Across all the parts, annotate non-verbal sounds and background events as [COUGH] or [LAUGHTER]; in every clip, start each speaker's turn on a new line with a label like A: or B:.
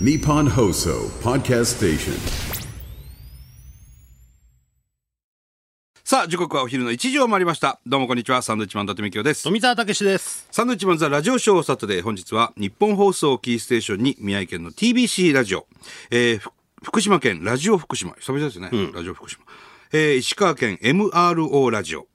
A: Nippon Hoso Podcast Station.
B: さあ、時刻はお昼の1時を回りました。どうもこんにちは。サンドイッチマン伊達美京です。
C: 富澤たけしです。
B: サンドイッチマンザラジオショーサタデー。本日は日本放送をキーステーションに宮城県の TBC ラジオ、えーふ福島県ラジオ福島、久々ですね。ラジオ福島。えー石川県 MRO ラジオ、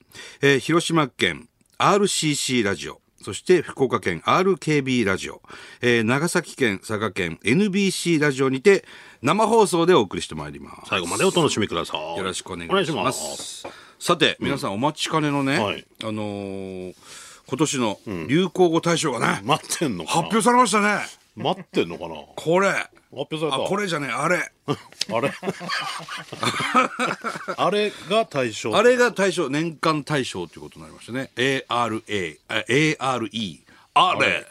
B: えー広島県 RCC ラジオ、そして福岡県 RKB ラジオ、えー長崎県佐賀県 NBC ラジオにて生放送でお送りしてまいります。
C: 最後までお楽しみください。
B: よろしくお願いし
C: お願
B: ま。
C: いします
B: さて、皆さんお待ちかねのね、
C: はい
B: あのー今年の流行語大賞がね、
C: 待ってんのか
B: 発
C: な
B: 表されましたね。
C: 待ってんのかな発
B: これ。あ、
C: 表された。
B: これじゃねえ、あれ。
C: あれ [LAUGHS] あれが対象。。
B: あれが大賞、年間大賞ということになりましたね。ARA、あ ARE、あれ。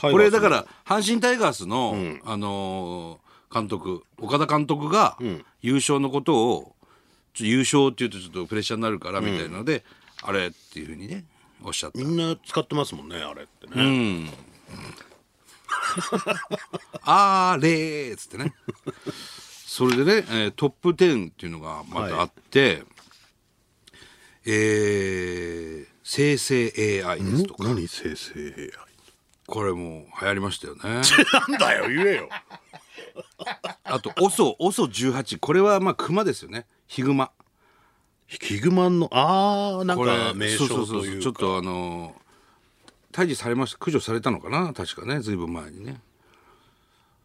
B: これだからら、阪神タイガースの、あのー監督、岡田監督が、優勝のことを、ちょ優勝っていうとちょっとプレッシャーになるから、みたいなので、あれっていうふうにね、おっしゃった
C: み。んな使ってますもんね、あれってね。
B: あーれーっつってね。それでね、えートップ10っていうのがまたあって、えー生成 AI ですとか、
C: 何生成
B: これもう流行りましたよね。
C: AI。なんだよ、言えよ。
B: あと、OSO、OSO18、これはまあ熊ですよね。ヒグマ。
C: ヒグマンの、あー、なん
B: これ
C: か名
B: そ
C: 称
B: うそう
C: と
B: そ
C: いうう
B: ちょっ
C: か。
B: とあのー退治されました駆除されたのかな確かねずいぶん前にね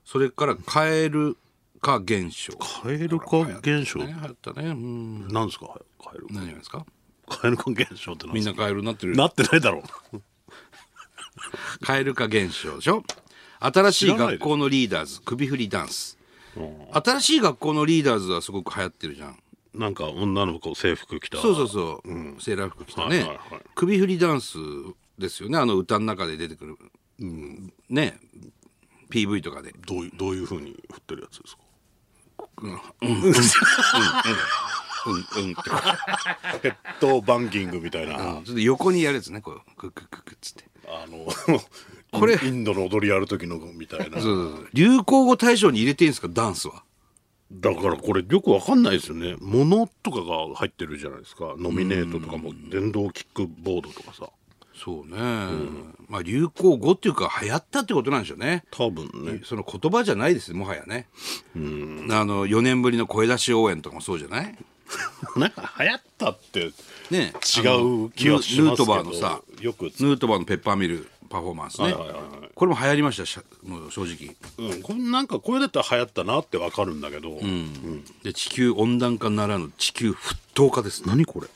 B: それからカエル化現象
C: カエル化現象
B: ね流行ったねうん
C: なんですかカエル。
B: 何がですか
C: カエル化現象ってなん
B: み
C: で
B: ん
C: すか
B: なカエルになってる
C: なってないだろう。
B: カエル化現象でしょ新しい学校のリーダーズ首振りダンス新しい学校のリーダーズはすごく流行ってるじゃん
C: なんか女の子制服着た。
B: そうそうそう、セーラー服着たね、
C: はいはいはい
B: 首振りダンスですよねあの歌の中で出てくる、ね PV とかで
C: どういう、どういう風に振ってるやつですか
B: うんうんって
C: ヘッドバンキングみたいな、
B: ちょっと横にやるやつねこうクックックックっつって
C: あの [LAUGHS]
B: これ
C: インドの踊りやる時のみたいな
B: 流行語大賞に入れていいんですかダンスは
C: だからこれよくわかんないですよねものとかが入ってるじゃないですかノミネートとかも電動キックボードとかさ
B: そうね、まあ流行語っていうか流行ったってことなんでしょうね
C: 多分ね
B: その言葉じゃないですもはやねあの4年ぶりの声出し応援とかもそうじゃない
C: なんか流行ったって違
B: ね
C: う気はし
B: あのヌヌート
C: ますけど
B: バーのさ
C: よくつ、
B: ヌートバーのペッパーミルパフォーマンスね、
C: はいはいはいは
B: これも流行りましたしゃもう正直
C: うん、これなんかこれだったら流行ったなってわかるんだけど、
B: で地球温暖化ならぬ地球沸騰化です
C: 何これ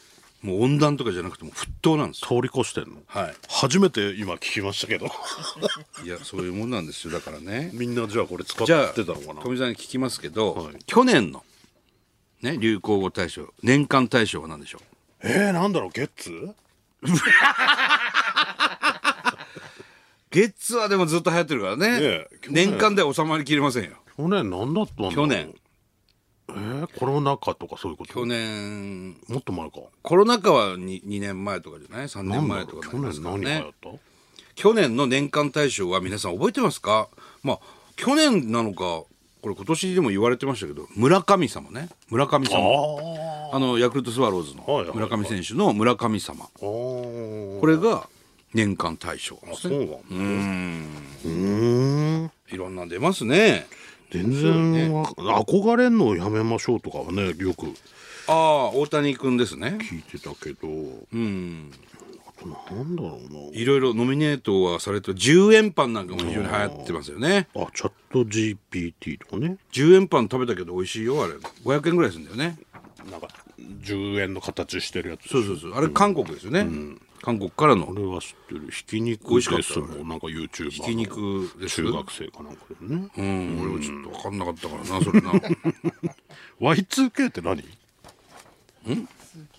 B: もう温暖とかじゃなくてもう沸騰なんですよ
C: 通り越してんの、
B: はい
C: 初めて今聞きましたけど
B: いやそういうもんなんですよだからね
C: [LAUGHS] みんなじゃあこれ使って
B: じゃあ
C: たのかな
B: 富澤に聞きますけど、
C: はい
B: 去年の、ね、流行語大賞年間大賞は何でしょ
C: えー、なんだろうゲッツ
B: うゲッツはでもずっと流行ってるからね
C: え去年
B: 年間では収まりきれませんよ
C: 去年なんだったんだろう
B: 去年
C: えー、コロナ禍とかそういうこと
B: 去年
C: もっと前か
B: コロナ禍は 2, 2年前とかじゃない3年前とかに
C: 去
B: なります
C: 年
B: から
C: 何がや
B: ね
C: った、
B: 去年の年間大賞は皆さん覚えてますかまあ去年なのかこれ今年でも言われてましたけど村神様ね村神
C: あ
B: 様
C: あ
B: あのヤクルトスワローズ
C: はいはい
B: の
C: はい
B: 村上選手の村神様
C: あー
B: これが年間大賞なん
C: あ
B: です
C: そ
B: ね
C: うなんだうーん
B: いろんなん出ますね
C: 全然わか、憧れんのをやめましょうとかはねよく
B: ああ大谷君ですね
C: 聞いてたけどうんあとなんだろう
B: いろいろノミネートはされてる10円パンなんかも非常に流行ってますよね
C: なあチャット GPT とかね
B: 10円パン食べたけど美味しいよあれ500円ぐらいするんだよね
C: なんか10円の形してるやつ
B: そうそうそうあれ韓国ですよね、韓国からの
C: これは知ってるひき肉
B: 美味しかっ
C: で
B: た
C: すもんなんか YouTuber の
B: ひき肉です
C: 中学生かなんかでね
B: うん俺もちょっと分かんなかったからなそれな [LAUGHS]
C: Y2K って何ん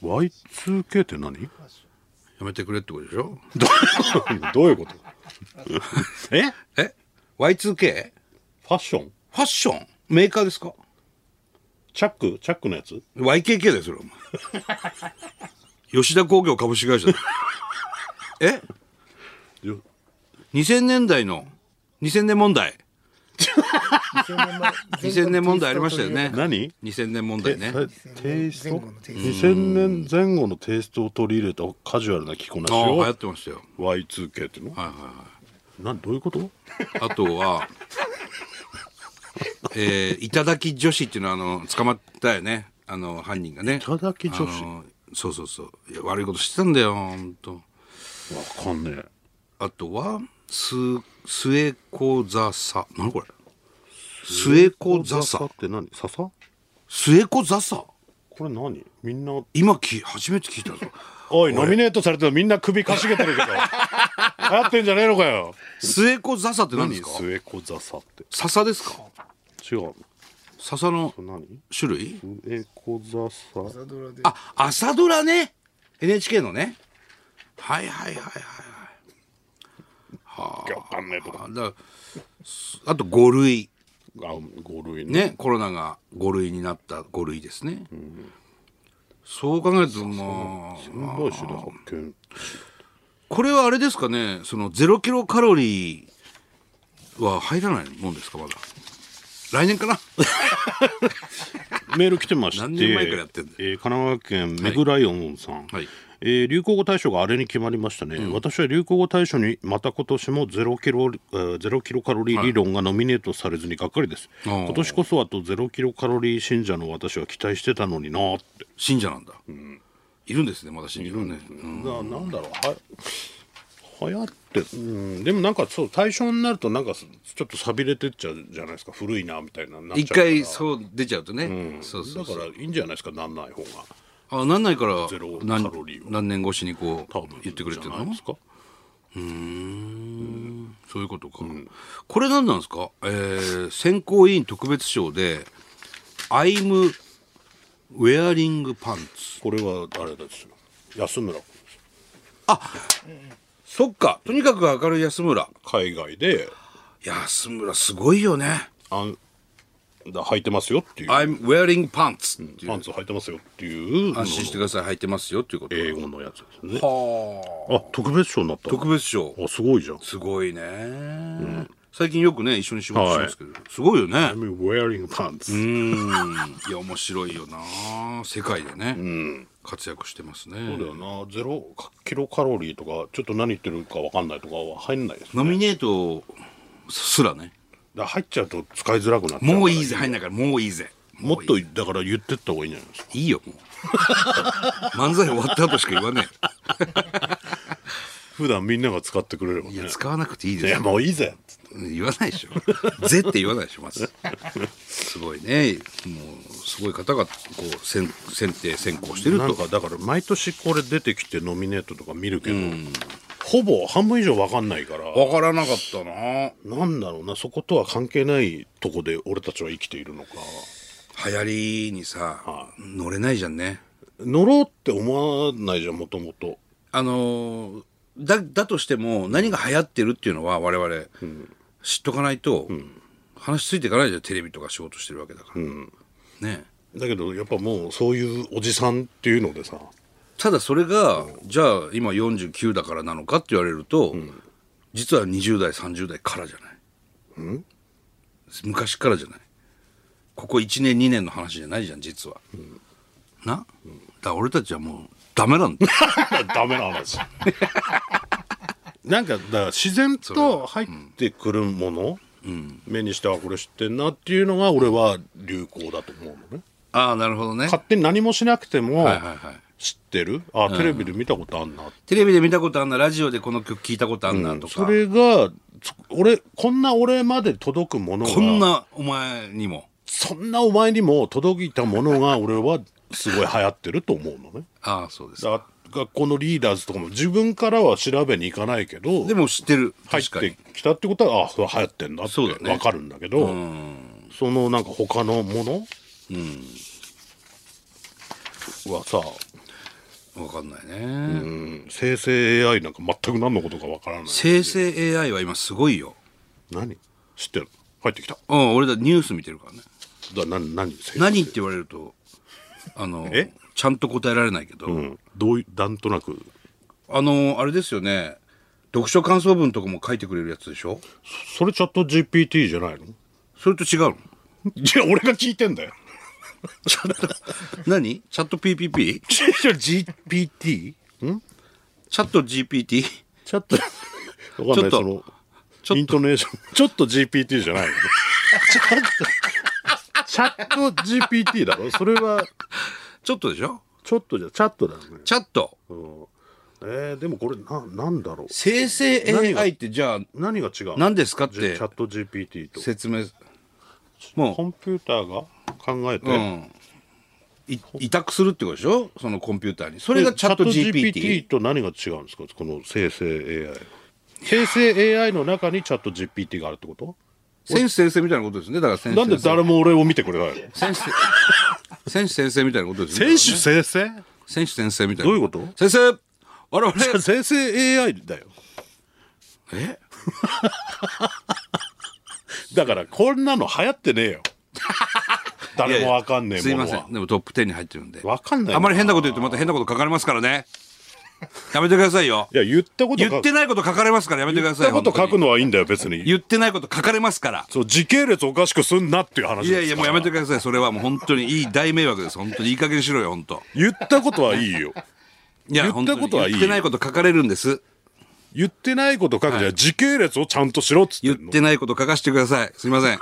C: ?Y2K って [LAUGHS] 何
B: やめてくれってことでしょ
C: どういうこと [LAUGHS] え
B: え Y2K
C: ファッション
B: ファッションメーカーですか
C: チャックチャックのやつ
B: YKK だよそれお前吉田工業株式会社だよえ
C: よ
B: 2000年代の2000年問題2000年問題ありましたよね
C: 何
B: 2000年問題ね
C: えテイスト
D: 前後のテイスト
C: 2000年前後のテイストを取り入れたカジュアルな着こなし
B: ああ流行
C: を
B: ってましたよ
C: Y2K っていうの、
B: はいはいはい
C: なんどういうこと
B: あとは、えー、いただき女子っていうのは、あの、捕まったよね。あの、犯人がね。い
C: ただき女子
B: そうそうそう。いや悪いことしてたんだよ、ほんと。
C: わかんねえ
B: あとは、す、末子座さ。なにこれ末子座
C: 笹
B: さ。
C: って何笹
B: 末子座さ
C: これ何みんな
B: 今き、初めて聞いた [LAUGHS] ぞ。
C: おいノミネートされたのみんな首かしげてるけど [LAUGHS] 流行ってんじゃねえのかよ
B: 末子座さって何ですか
C: 末子笹って
B: 笹ですか
C: 違う
B: 笹の
C: 何
B: 種類
C: 末子笹
D: 朝ドラで
B: あ、朝ドラね。NHK のね。はいはいはいはい。
C: わかんねえとか
B: あだからすあと5類
C: あ五類ね
B: ねコロナが5類になった5類ですね、そう考えるとまあ
C: 運動種で発見
B: これはあれですかねその0キロカロリーは入らないもんですかまだ来年かな
C: メール来てまして
B: 何年前からやってんだよ
C: えー神奈川県メグライオンさん、
B: はい
C: えー流行語大賞があれに決まりましたね、私は流行語大賞にまた今年もゼロキロ、えーゼロキロカロリー理論がノミネートされずにがっかりです、
B: あー
C: 今年こそあとゼロキロカロリー信者の私は期待してたのになーって、
B: 信者なんだ、いるんですねまだ信者がねうん
C: ななんだろうは流行ってうんでもなんかそう対象になるとなんかすちょっとさびれてっちゃうじゃないですか古いなみたいななっちゃう
B: 一
C: から
B: 回そう出ちゃうとね、そうそう
C: だ
B: そう
C: からいいんじゃないですかなんない方が
B: あなんないから
C: ゼロ
B: 何
C: カロリーを
B: 何年越しにこう
C: 多分
B: 言ってくれてる
C: じゃない
B: の
C: ですか
B: そういうことか。これ何なんですか、えー選考委員特別賞で、アイムウェアリングパンツ。
C: これはあれですよ安村君です
B: そっか。とにかく明るい安村。
C: 海外で
B: 安村すごいよね。
C: あんだ履いてますよっていう
B: アイムウェアリングパンツっていう。
C: パンツ履いてますよっていう
B: 安心してください。履いてますよっていうこと。
C: 英語のやつですねあ特別賞になった
B: 特別賞。
C: あすごいじゃん
B: すごいね、最近よくね、一緒に仕事してますけど、すごいよね。
C: I'm wearing pants、
B: いや、面白いよな世界でね、活躍してますね。
C: そうだよなゼロキロカロリーとかちょっと何言ってるかわかんないとかは入んないです
B: ノミネートすらね。
C: だ入っちゃうと使いづらくなっちゃうから
B: もういいぜ、入んないから、もういいぜ。
C: もっとだから言ってった方がいいんじゃないですか
B: いいよ、もう。 [LAUGHS] 漫才終わった後しか言わね
C: 普段みんなが使ってくれれば
B: え。いや、
C: ね
B: 使わなくていい
C: い
B: です
C: や
B: よ。
C: もういいぜっつって
B: 言わないでしょ。ぜって言わないでしょ、まず。すごいね。もう、すごい方が、こう、選選定、選考してる
C: なん
B: と。
C: かだから毎年これ出てきてノミネートとか見るけど、ほぼ半分以上わかんないから
B: わからなかったな
C: なんだろうなそことは関係ないとこで俺たちは生きているのか
B: 流行りにさ、乗れないじゃんね。
C: 乗ろうって思わないじゃんもともと
B: あのーだ、だとしても、何が流行ってるっていうのは、我々、知っとかないと、話ついていかないじゃん、テレビとか仕事してるわけだから。ねえ
C: だけどやっぱもうそういうおじさんっていうのでさ
B: ただそれが、じゃあ今49だからなのかって言われると、実は20代30代からじゃない、昔からじゃないここ1年2年の話じゃないじゃん実は、な、だから俺たちはもうダメ [LAUGHS] なんだ
C: ダメな話なんかだから自然と入ってくるもの、目にしてはこれ知ってんなっていうのが俺は流行だと思うのね
B: ああなるほどね
C: 勝手に何もしなくても
B: はいはいはい
C: 知ってる、あテレビで見たことあんな、
B: テレビで見たことあんなラジオでこの曲聞いたことあんなとか、
C: それがつ俺こんな俺まで届くものが
B: こんなお前にも
C: そんなお前にも届いたものが俺はすごい流行ってると思うのね
B: ああそうです
C: だ学校のリーダーズとかも自分からは調べに行かないけど
B: でも知ってる
C: 入っ
B: 確かに、
C: てきたってことはあそれ流行ってんだって
B: そうだね
C: 分かるんだけどそのなんか他のもの、はさ、
B: わかんないね、
C: うん生成 AI なんか全く何のことか分からない
B: 生成 AI は今すごいよ
C: 何知ってる入ってきた
B: うん俺だニュース見てるからね
C: だ何何生成
B: 何って言われるとあの
C: え
B: ちゃんと答えられないけど、
C: うん、どういうなんとなく
B: あのあれですよね読書感想文とかも書いてくれるやつでしょ
C: それチャット GPT じゃないの
B: それと違 [LAUGHS] うの
C: じゃあ俺が聞いてんだよ。
B: チャット何チャット PPP?
C: [LAUGHS] じゃあ GPT?
B: チャット GPT?
C: ちょっと、 [LAUGHS] わかんな
B: ちょっ
C: い、そ
B: と
C: の、
B: [LAUGHS] ちょっと
C: イントネーション。ちょっと GPT じゃないの [LAUGHS] チャット、チャット GPT だろそれは、
B: ちょっとでしょ
C: ちょっとじゃ、チャットだよね。
B: チャット。
C: えー、でもこれ、な、なんだろう
B: 生成
C: 何が
B: AI ってじゃあ
C: 何が違う
B: 何ですかっ
C: じゃ
B: て
C: チャット GPT と。
B: 説明。も
C: コンピューターが考えて、
B: う、うん。い委託するってことでしょそのコンピューターに。それがチャット GPT?
C: と何が違うんですかこの生成 AI。生成 AI の中にチャット GPT があるってこと
B: センス先生みたいなことですね。だから先生。
C: なんで誰も俺を見てくれないの
B: 先
C: [LAUGHS]
B: 生。選手先生みたいなことです
C: 選
B: ね。
C: 手生成
B: 選手先生みたいな。
C: どういうこと
B: 先生我々、
C: 生成 AI だよ。
B: え
C: だからこんなの流行ってねえ
B: [LAUGHS]
C: よ。誰もわかんねえ
B: すい
C: も
B: ま
C: の
B: せ
C: は
B: ん。。でもトップ10に入ってるんで。
C: わかんないな
B: あまり変なこと言うとまた変なこと書かれますからね。やめてくださいよ
C: い。や、言ったこと
B: 言
C: 書
B: っ
C: く
B: てないこと書かれますからやめてください。
C: 言ったこと書
B: 本当
C: く
B: に
C: のはいいんだよ、別に。
B: 言ってないこと書かれますから。
C: そう、時系列おかしくすんなっていう話で
B: い
C: すから
B: やいや、もうやめてください。それはもう本当にいい大迷惑です。本当にいい加減にしろよ、本当。
C: 言ったことはいいよ。
B: いや、
C: 言ったことは
B: 本当に
C: いい
B: 言ってないこと書かれるんです。
C: 言ってないこと書くじゃ、時系列をちゃんとしろっつって
B: 言っ
C: んの
B: てないこと書かせてください。すいません。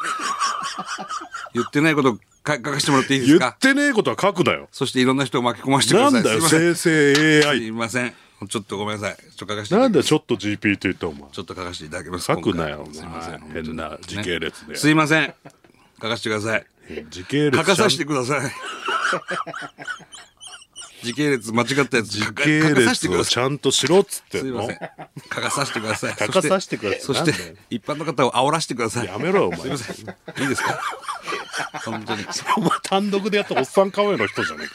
B: 言ってないことか書かせてもらっていいです
C: 言っ
B: か
C: てねえことは書くなよ。
B: そしていろんな人を巻き込ませてく
C: な
B: ださ
C: ん
B: い。
C: だ
B: す
C: よ、
B: いません
C: 生成 AI
B: すいません。ちょっとごめんなさい。ちょっと書かせて
C: なんだよちょっと GPT ってお前
B: ちょっと書かせていただきます。
C: 書く
B: 今
C: な
B: 回
C: よお前
B: すいません。
C: 変な
B: 本当に
C: 時系列で
B: すいません。書かせてください。
C: 時系列
B: 書かさせ
C: ちゃ
B: て
C: ん
B: くだ
C: [LAUGHS]
B: さい。時系列間違ったやつ書か
C: 時系
B: 書かさせて
C: 列
B: くだ
C: を
B: さい。
C: ちゃんとしろっつって
B: すい
C: ん
B: ませ
C: の
B: ん。書かさせてください。
C: 書かさせてください
B: そし
C: なんだ
B: て
C: よ、
B: 一般の方を煽らせてください。
C: やめろよお前
B: すいません。いいですか本当に。
C: お前単独でやったおっさんかわいの人じゃね
B: い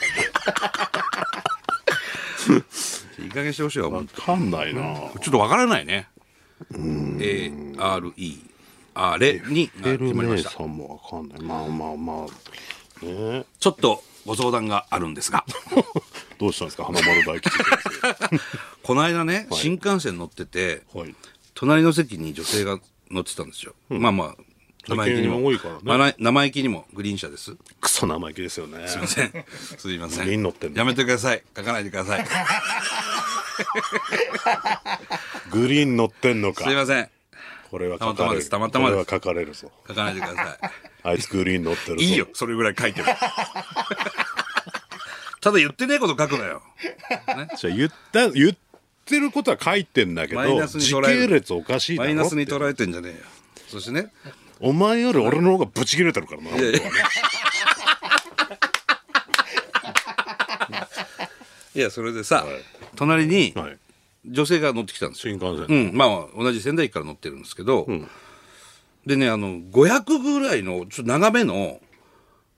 B: い加減にしてほしいわ、もう
C: えかわかんない
B: ち
C: な
B: ょっとわからないね。A, R, E, あれにあ
C: エ
B: 決
C: ル
B: まりま
C: 姉
B: した。
C: さんもわかんないまあまあまあねえ [LAUGHS]
B: ちょっとご相談があるんですが。
C: どうしたんですか花丸大吉先
B: この間ね、新幹線乗ってて、
C: 生はい
B: 隣の席に女性が乗ってたんですよ。まあまあ、生意気に
C: 意見
B: も、
C: 多いからね
B: まあ生意気にもグリーン車です。す
C: クソ生意気ですよね
B: いません。すいません。
C: グリーン乗ってんの
B: やめてください。書かないでください。
C: グリーン乗ってんのか
B: すいません。
C: これは
B: た
C: 書
B: また
C: か
B: ま
C: れ
B: で
C: る
B: すたまたまです
C: これは書かれるぞ
B: 書かないでくださ
C: あいつグリーン乗ってるぞ
B: [LAUGHS] い。いいよ、それぐらい書いても。 [LAUGHS] ただ言ってねえこと書くなよ。
C: じゃあ言った言ってることは書いてんだけ
B: マイ
C: ど
B: ナスに
C: 時
B: 捉える
C: 系列おかしいだ
B: マ
C: ろ
B: イ
C: って
B: ナスに捉えてんじゃねえよ。そしてね、
C: お前より俺の方がブチ切れてるからな本当はね
B: いや、それでさ、隣に
C: はい
B: 女性が乗ってきたんですよ。
C: 新幹
B: う
C: 線
B: ん、まあ同じ仙台駅から乗ってるんですけど、でねあの500ぐらいのちょっと長めの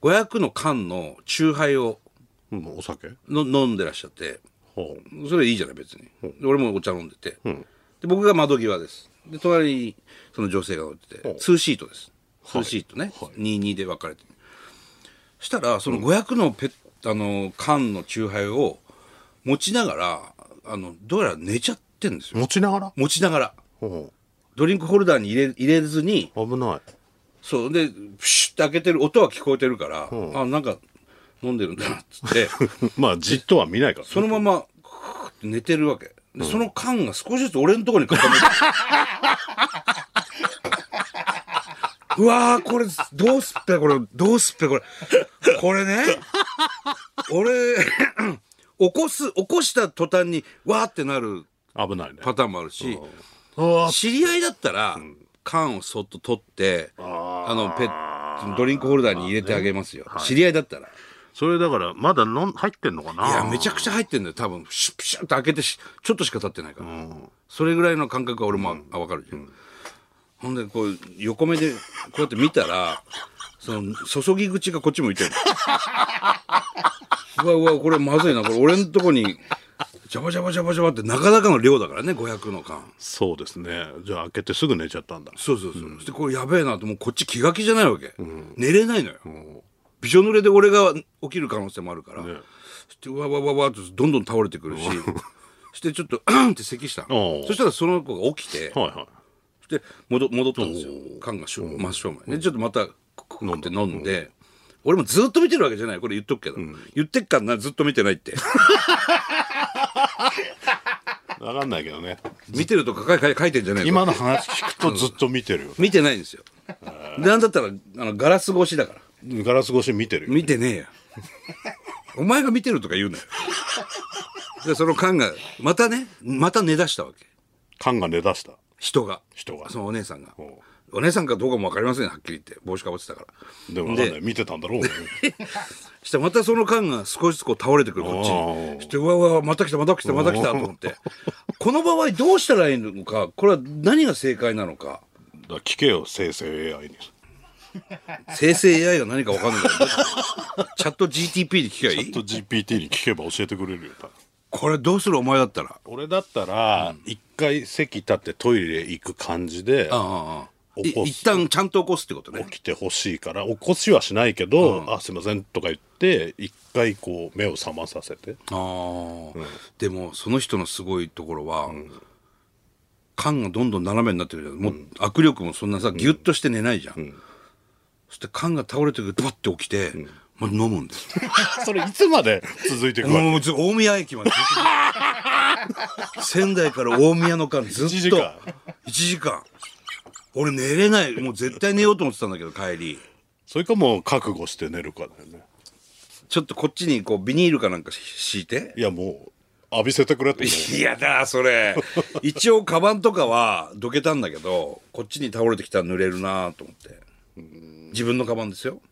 B: 500の缶の酎ハイを
C: うんお酒
B: の飲んでらっしゃって
C: ほ
B: それいいじゃない別に、で俺もお茶飲んでて、で僕が窓際ですで隣にその女性が乗ってて、
C: うん
B: ツーシートですツーシートね、22で分かれてしたらその500のペッ、あの缶の酎ハイを持ちながらあのどうやら寝ちゃってんです
C: う
B: よ
C: 持ちながら
B: 持ちながら
C: ほ
B: ドリンクホルダーに入れ入れずに
C: う危ない
B: そうでプシュッて開けてる音は聞こえてるから、あなんか飲んでるんだなっつって
C: まあじっとは見ないから
B: そのままクーって寝てるわけでその缶が少しずつ俺のところ [LAUGHS] に傾いてうわーこれどうすっぺこれどうすっぺこれこれね俺 [CLEARS THROAT] 起こす起こした途端にわーってなる
C: 危ないね
B: パターンもあるし、
C: あ
B: 知り合いだったら、缶をそっと取って、あの、ペッ、ドリンクホルダーに入れてあげますよ。知り合いだったら。い
C: それだからまだのん入ってんのかない
B: や、めちゃくちゃ入ってんだよ。多分、シュッピシュッと開けてし、ちょっとしか経ってないから。それぐらいの感覚は俺も、あ、わかるじゃん。ほんで、こう、横目で、こうやって見たら、その、注ぎ口がこっち向いてる。 [LAUGHS] うわうわ、これまずいな。これ俺のとこに、ジャバジャバジャバジャバって、なかなかの量だからね、500の缶。
C: そうですねじゃあ開けてすぐ寝ちゃったんだ
B: そうそうそう。そしてこれやべえなと、もうこっち気が気じゃないわけ。寝れないのよ。びしょ濡れで俺が起きる可能性もあるから。そしてうわわわわっとどんどん倒れ [CLEARS THROAT] てくるし。そしてちょっと、うんって咳したの
C: おう
B: そしたらその子が起きて、
C: はいは
B: で戻戻ったんですよ缶がしょ真正面でちょっとまたククって飲んで俺もずっと見てるわけじゃないこれ言っとくけど言ってっからなずっと見てないって
C: [LAUGHS] 分かんないけどね
B: 見てるとか書い書いてんじゃないの
C: 今の話聞くとずっと見てるよ
B: 見てないんですよなんだったらあのガラス越しだから
C: ガラス越し見てるよ
B: 見てねえよお前が見てるとか言うなよでその缶がまたねまた寝だしたわけ
C: 缶が寝だした
B: 人が
C: 人が
B: そのお姉さんが
C: お
B: お姉さんかどうかも分かりませんはっきり言って帽子かぶってたから
C: でも分かんない見てたんだろうね
B: してまたその缶が少しずつこう倒れてくるこっち
C: お
B: に
C: ー
B: してうわうわまた来たまた来たまた来たと思ってこの場合どうしたらいいのかこれは何が正解なのか
C: だから聞けよ生成 AI に
B: 生成 AI が何か分かんないけど
C: [LAUGHS]
B: チャット GTP に聞きゃい
C: ちょ
B: い
C: っと GPT に聞けば教えてくれるよ多分
B: これどうするお前だったら
C: 俺だったら一回席立ってトイレ行く感じで
B: ああい
C: 起こす
B: 一旦ちゃんと起こすってことね
C: 起きてほしいから起こしはしないけど「あすいません」とか言って一回こう目を覚まさせて [LAUGHS]
B: ああ、でもその人のすごいところは、缶がどんどん斜めになってくるじゃんもう握力もそんなさギュッとして寝ないじゃん、そして缶が倒れてくるとバッて起きて、まあ飲むんです
C: それいつまで続いていくわけ
B: [LAUGHS] もうず大宮駅までずっと仙台から大宮の間ずっと
C: 1時間
B: 1時間俺寝れないもう絶対寝ようと思ってたんだけど帰り
C: それかもう覚悟して寝るかだよね
B: ちょっとこっちにこうビニールかなんか敷いて
C: いやもう浴びせてくれって
B: いやだそれ [LAUGHS] 一応カバンとかはどけたんだけどこっちに倒れてきたら濡れるなと思って自分のカバンですよ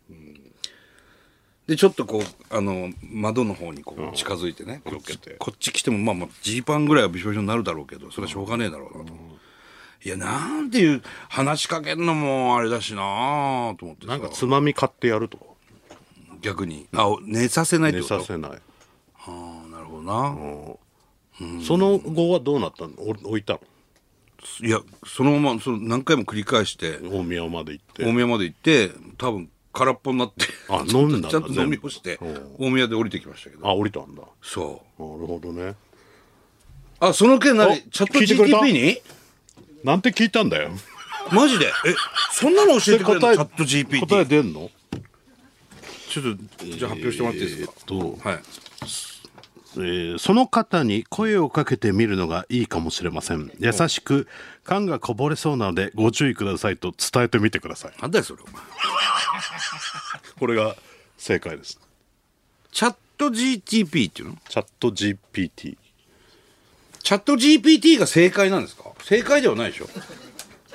B: でちょっとこうあの窓の方にこう近づいてね、こっち
C: こっちで
B: こっち来てもまあまあジーパンぐらいはびしょびしょになるだろうけどそれはしょうがねえだろうなと思って、いやなんていう話しかけんのもあれだしなと思ってさ
C: [LAUGHS] なんかつまみ買ってやるとか
B: 逆にあ寝させないって
C: 寝
B: こと
C: させない
B: ああなるほどな、
C: その後はどうなったのお置いたの
B: いやそのままその何回も繰り返して、
C: 大宮まで行って
B: 大宮まで行って多分空っぽになって
C: あ飲んだんだ
B: [LAUGHS] ちゃんと飲み干して
C: 全部
B: 大宮で降りてきましたけど
C: あ降りたんだなる
B: そう
C: ほどね
B: あその件何
C: あ
B: チャット
C: 聞いてくれた
B: GTP に
C: なんて聞いたんだ [LAUGHS] よ
B: マジでえそんなの教えてくれるのチャット GP
C: 答え出んの
B: ちょっとじゃあ発表してもらっていいですか、
C: えーっと
B: はい
C: えーその方に声をかけてみるのがいいかもしれません優しく缶がこぼれそうなのでご注意くださいと伝えてみてください
B: なんだよそれお前
C: これが正解です
B: チャット GTP っていうの
C: チャット GPT
B: チャット GPT が正解なんですか正解ではないでしょ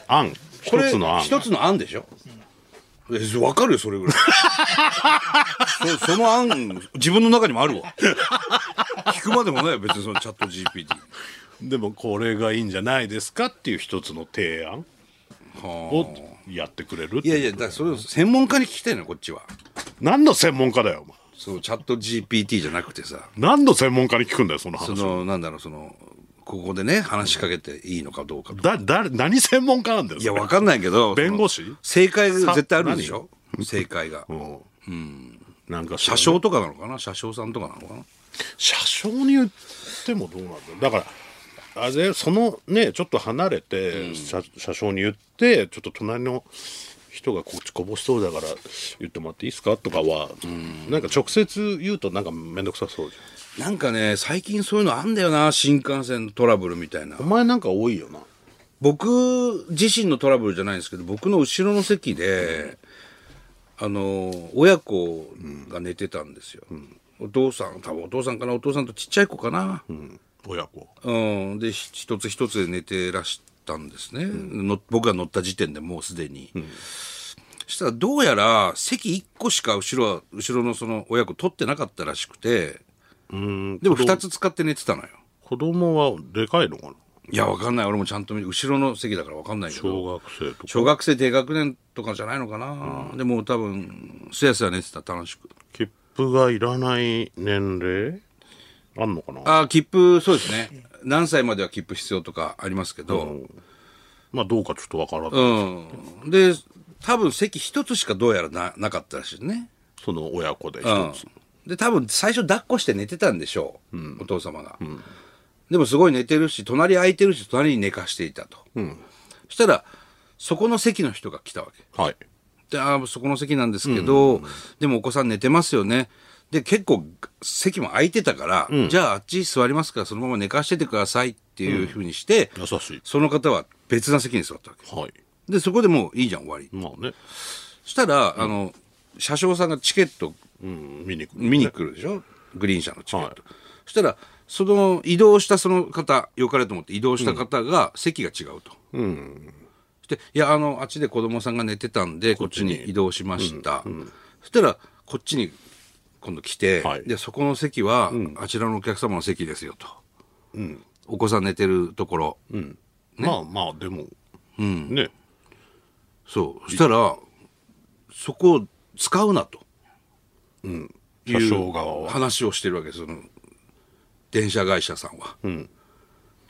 C: 案一
B: これ
C: つの案
B: 一つの案でしょ、え分かるよそれ
C: [LAUGHS]
B: ぐらいそその案自分の中にもあるわ聞くまでもないよ別にそのチャット GPT
C: でもこれがいいんじゃないですかっていう一つの提案をやってくれるって
B: いやいやだからそれを専門家に聞きたいのよこっちは
C: 何の専門家だよお前
B: そのチャット GPT じゃなくてさ
C: 何の専門家に聞くんだよその
B: そ
C: 話
B: のなんだろうそのここでね話しかけていいのかどうかとか
C: だ誰何専門家なんだよ
B: いや分かんないけど
C: [LAUGHS] 弁護士
B: その正解が絶対あるでしょ正解が
C: なんか
B: 車掌とかなのかな車掌さんとかなのかな
C: 車掌に言ってもどうなんだろうだからあれだよそのねちょっと離れて、車車掌に言ってちょっと隣の人がこっちこぼしそうだから言ってもらっていいですかとかは、なんか直接言うとなんか面倒くさそうじゃ
B: なんかね最近そういうのあんだよな新幹線のトラブルみたいなん
C: お前なんか多いよな
B: 僕自身のトラブルじゃないんですけど僕の後ろの席で、あの親子が寝てたんですよ、お父さん多分お父さんかなお父さんとちっちゃい子かな、
C: 親子
B: うん、でひ一つ一つで寝てらしたんですね、の僕が乗った時点でもうすでに、そしたらどうやら席1個しか後ろは後ろのその親子取ってなかったらしくてでも2つ使って寝てたのよ
C: 子供はでかいのかない
B: やわかんない俺もちゃんと見て後ろの席だからわかんないけど
C: 小学生とか
B: 小学生低学年とかじゃないのかな、でも多分すやすや寝てた楽しく
C: 切符がいらない年齢あんのかな
B: ああ切符そうですね何歳までは切符必要とかありますけど
C: まあどうかちょっとわからない、
B: うん、で多分席一つしかどうやらななかったらしいね、
C: その親子で一つ、
B: うん、で多分最初抱っこして寝てたんでしょう、お父様が、でもすごい寝てるし隣空いてるし隣に寝かしていたと、そしたらそこの席の人が来たわけ
C: はい
B: であーそこの席なんですけど、でもお子さん寝てますよねで結構席も空いてたから、じゃああっち座りますからそのまま寝かしててくださいっていうふうにして、
C: 優しい
B: その方は別な席に座ったわけ
C: はい
B: でそこでもういいじゃん終わり
C: まあね
B: そしたら、あの車掌さんがチケット
C: うん見に行く
B: 見に来るでしょ、グリーン車のチケット、
C: はい
B: そしたらその移動したその方良かれと思って移動した方が席が違うと、でいやあのあっちで子供さんが寝てたんでこっちに移動しました、そしたらこっちに今度来て、
C: はい
B: でそこの席は、あちらのお客様の席ですよと、お子さん寝てるところ、
C: まあまあでも、ね
B: そうそしたらそこを使うなと
C: 車掌側は
B: 話をしてるわけですその電車会社さんは、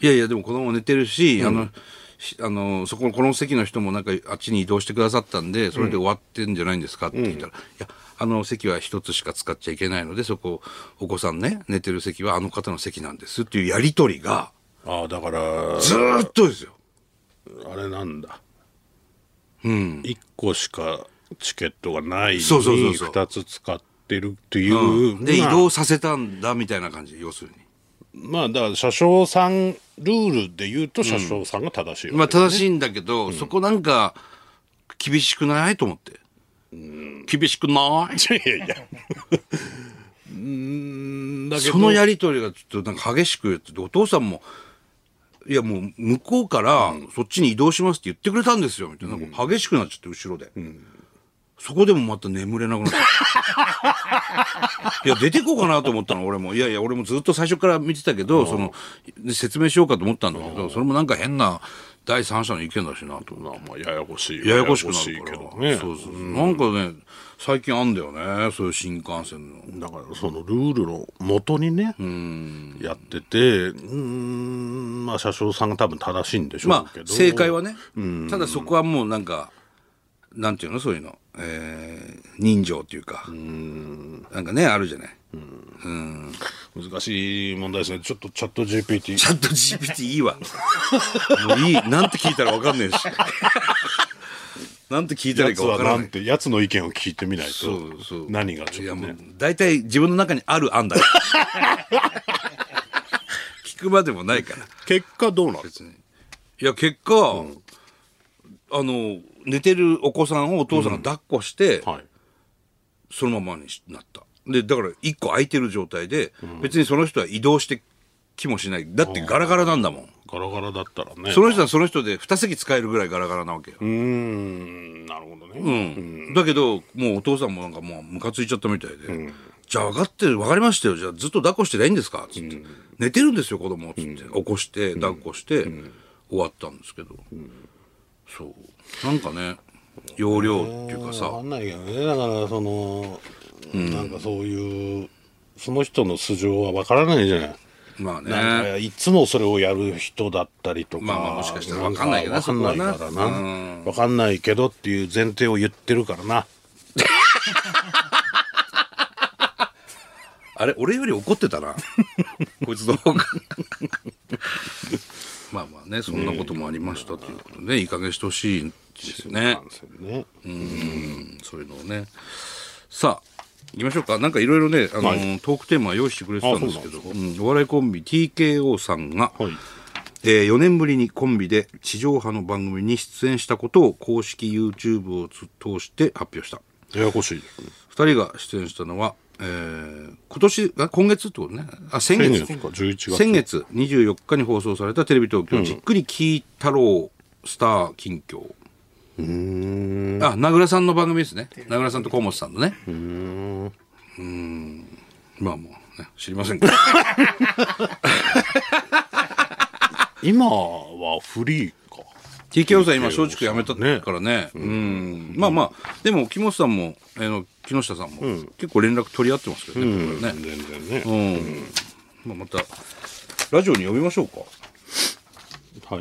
B: いやいやでも子供寝てるし、あのしあのそここの席の人もなんかあっちに移動してくださったんでそれで終わってんじゃないんですかって言ったら、いやあの席は一つしか使っちゃいけないのでそこお子さんね寝てる席はあの方の席なんですっていうやり取りが
C: ああだから
B: ずーっとですよ
C: あれなんだうん1個しかチケットがないのに
B: そうそうそうそう
C: 2つ使ってるっていう、
B: で移
C: まあ
B: 動させたんだみたいな感じ要するに
C: まあだから車掌さんルールで言うと車掌さんが正しい
B: ま
C: わ
B: あ
C: け、
B: 正しいんだけど、そこなんか厳しくないと思って、厳しくない
C: [LAUGHS] いやいやいやうーんだけど
B: そのやり取りがちょっとなんか激しくやっててお父さんもいやもう向こうからそっちに移動しますって言ってくれたんですよみたいななんか激しくなっちゃって後ろで、そこでもまた眠れなくなっちゃった
C: [LAUGHS]
B: いや出てこうかなと思ったの俺もいやいや俺もずっと最初から見てたけどその説明しようかと思ったんだけどそれもなんか変な第三者の意見だしなと思って
C: まあまあややこしい
B: ややこしくなるから
C: ややこしいけどね
B: そうそうそうなんかね最近あんだよねそういう新幹線の
C: だからそのルールの元にねやっててうーんまあ車掌さんが多分正しいんでしょ
B: ま
C: うけ
B: あ
C: ど、
B: 正解はねただそこはもうなんかなんていうのそういうの、えー人情っていうかなんかねあるじゃない
C: 難しい問題ですねちょっとチャット GPT
B: チャット GPT いいわもういいなんて聞いたらわかんないし [LAUGHS] なんて聞いたらい
C: や
B: い
C: つ
B: かわ
C: は
B: から
C: な
B: ない
C: んてやつの意見を聞いてみない
B: そ
C: と
B: うそう
C: 何が
B: い
C: ちょ
B: や
C: っと
B: もう
C: ね
B: 大体自分の中にある案 [LAUGHS] だから聞くまでもないから
C: 結果どうなる
B: いや結果、あの寝てるお子さんをお父さんが抱っこして、
C: はい
B: そのままになったでだから1個空いてる状態で、別にその人は移動してきもしないだってガラガラなんだもん、
C: ガラガラだったらね
B: その人はその人で2席使えるぐらいガラガラなわけよ、
C: うーんなるほどね、
B: うんだけどもうお父さんもなんかもうムカついちゃったみたいで、じゃあ分かってる分かりましたよじゃあずっと抱っこしてないんですかっつって、寝てるんですよ子供っつって、起こして抱っこして、終わったんですけど、そうなんかね要領っていうか
C: わ
B: さ
C: かんないけどねだからその、なんかそういうその人の素性はわからないじゃない
B: まあね
C: なんかいつもそれをやる人だったりとか、
B: まあまあもしかしたらわかんないけどな
C: わかん
B: そこ
C: ない
B: はな
C: からな、わかんないけどっていう前提を言ってるからな。
B: あれ俺より怒って [LAUGHS] たなこいつの方が [LAUGHS] まあまあねそんなこともありましたということでいい加減してほしいですよね
C: なんですよね。
B: そういうのをね。さあ、行きましょうか。なんかいろいろね、あのー、
C: は
B: トークテーマ用意してくれてたんですけど、
C: あそううなん
B: んお笑いコンビ TKO さんが、
C: はい
B: え4年ぶりにコンビで地上波の番組に出演したことを公式 YouTube を通して発表した。
C: ややこしい。
B: 2人が出演したのは、えー今年あ今月ってことねあ先
C: 先
B: 月
C: 月か11月
B: 先月24日に放送されたテレビ東京、じっくり聞いたろうスター近況あ名倉さんの番組ですね名倉さんと河本さんのねうーんまあもう、ね、知りませ [LAUGHS] んけど
C: 今はフリーか。
B: TKO さん今松竹辞めたからねうんまあまあでも木本さんも、えーの木下さんも、結構連絡取り合ってますけどね,、これね
C: 全然ね。
B: まあ、またラジオに呼びましょうか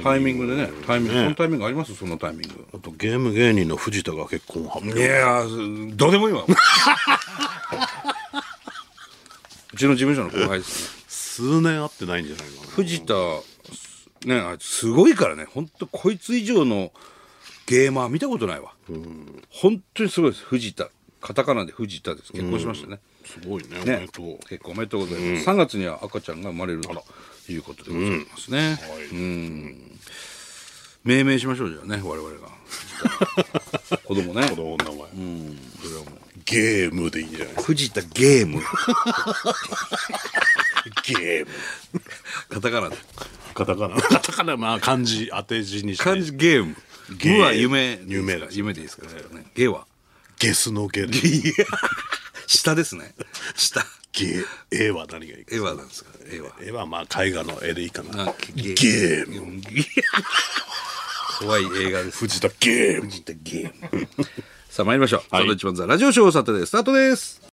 B: タイミングでね、タイミング、そのタイミングありますそのタイミング。
C: あとゲーム芸人の藤田が結婚発
B: い
C: 表。
B: やー、どうでもいい [LAUGHS] わ。うちの事務所の後輩ですね。
C: 数年会ってないんじゃないかな。
B: 藤田ねあいつすごいからね本当こいつ以上のゲーマー見たことないわ本当にすごいです藤田カタカナで藤田です結婚しましたね、
C: すごいねおめ
B: ね
C: でとう、、
B: 結構おめでとうございます、3月には赤ちゃんが生まれるということでございますね、
C: はい
B: 命名しましょうじゃあね我々
C: [LAUGHS]
B: が子供ね
C: この名前ゲームでいいんじゃないですか
B: 藤田ゲーム
C: ゲーム
B: カタカナで
C: カタカナカタカナまあ漢字当て字にして
B: 漢字ゲーム
C: ゲー
B: ムは夢
C: 夢
B: で
C: ですす
B: から夢でいいですからねゲは
C: ゲスのゲで
B: 下ですね下
C: ゲ絵は何がいい
B: 絵はなんですか絵は
C: 絵はまあ絵画の絵でいいかな
B: あ
C: ゲーム
B: ム怖い映画です
C: 藤田ゲーム
B: [LAUGHS] ゲームさあ参りましょう、サンドウィッチマンザラジオショーサタデースタートです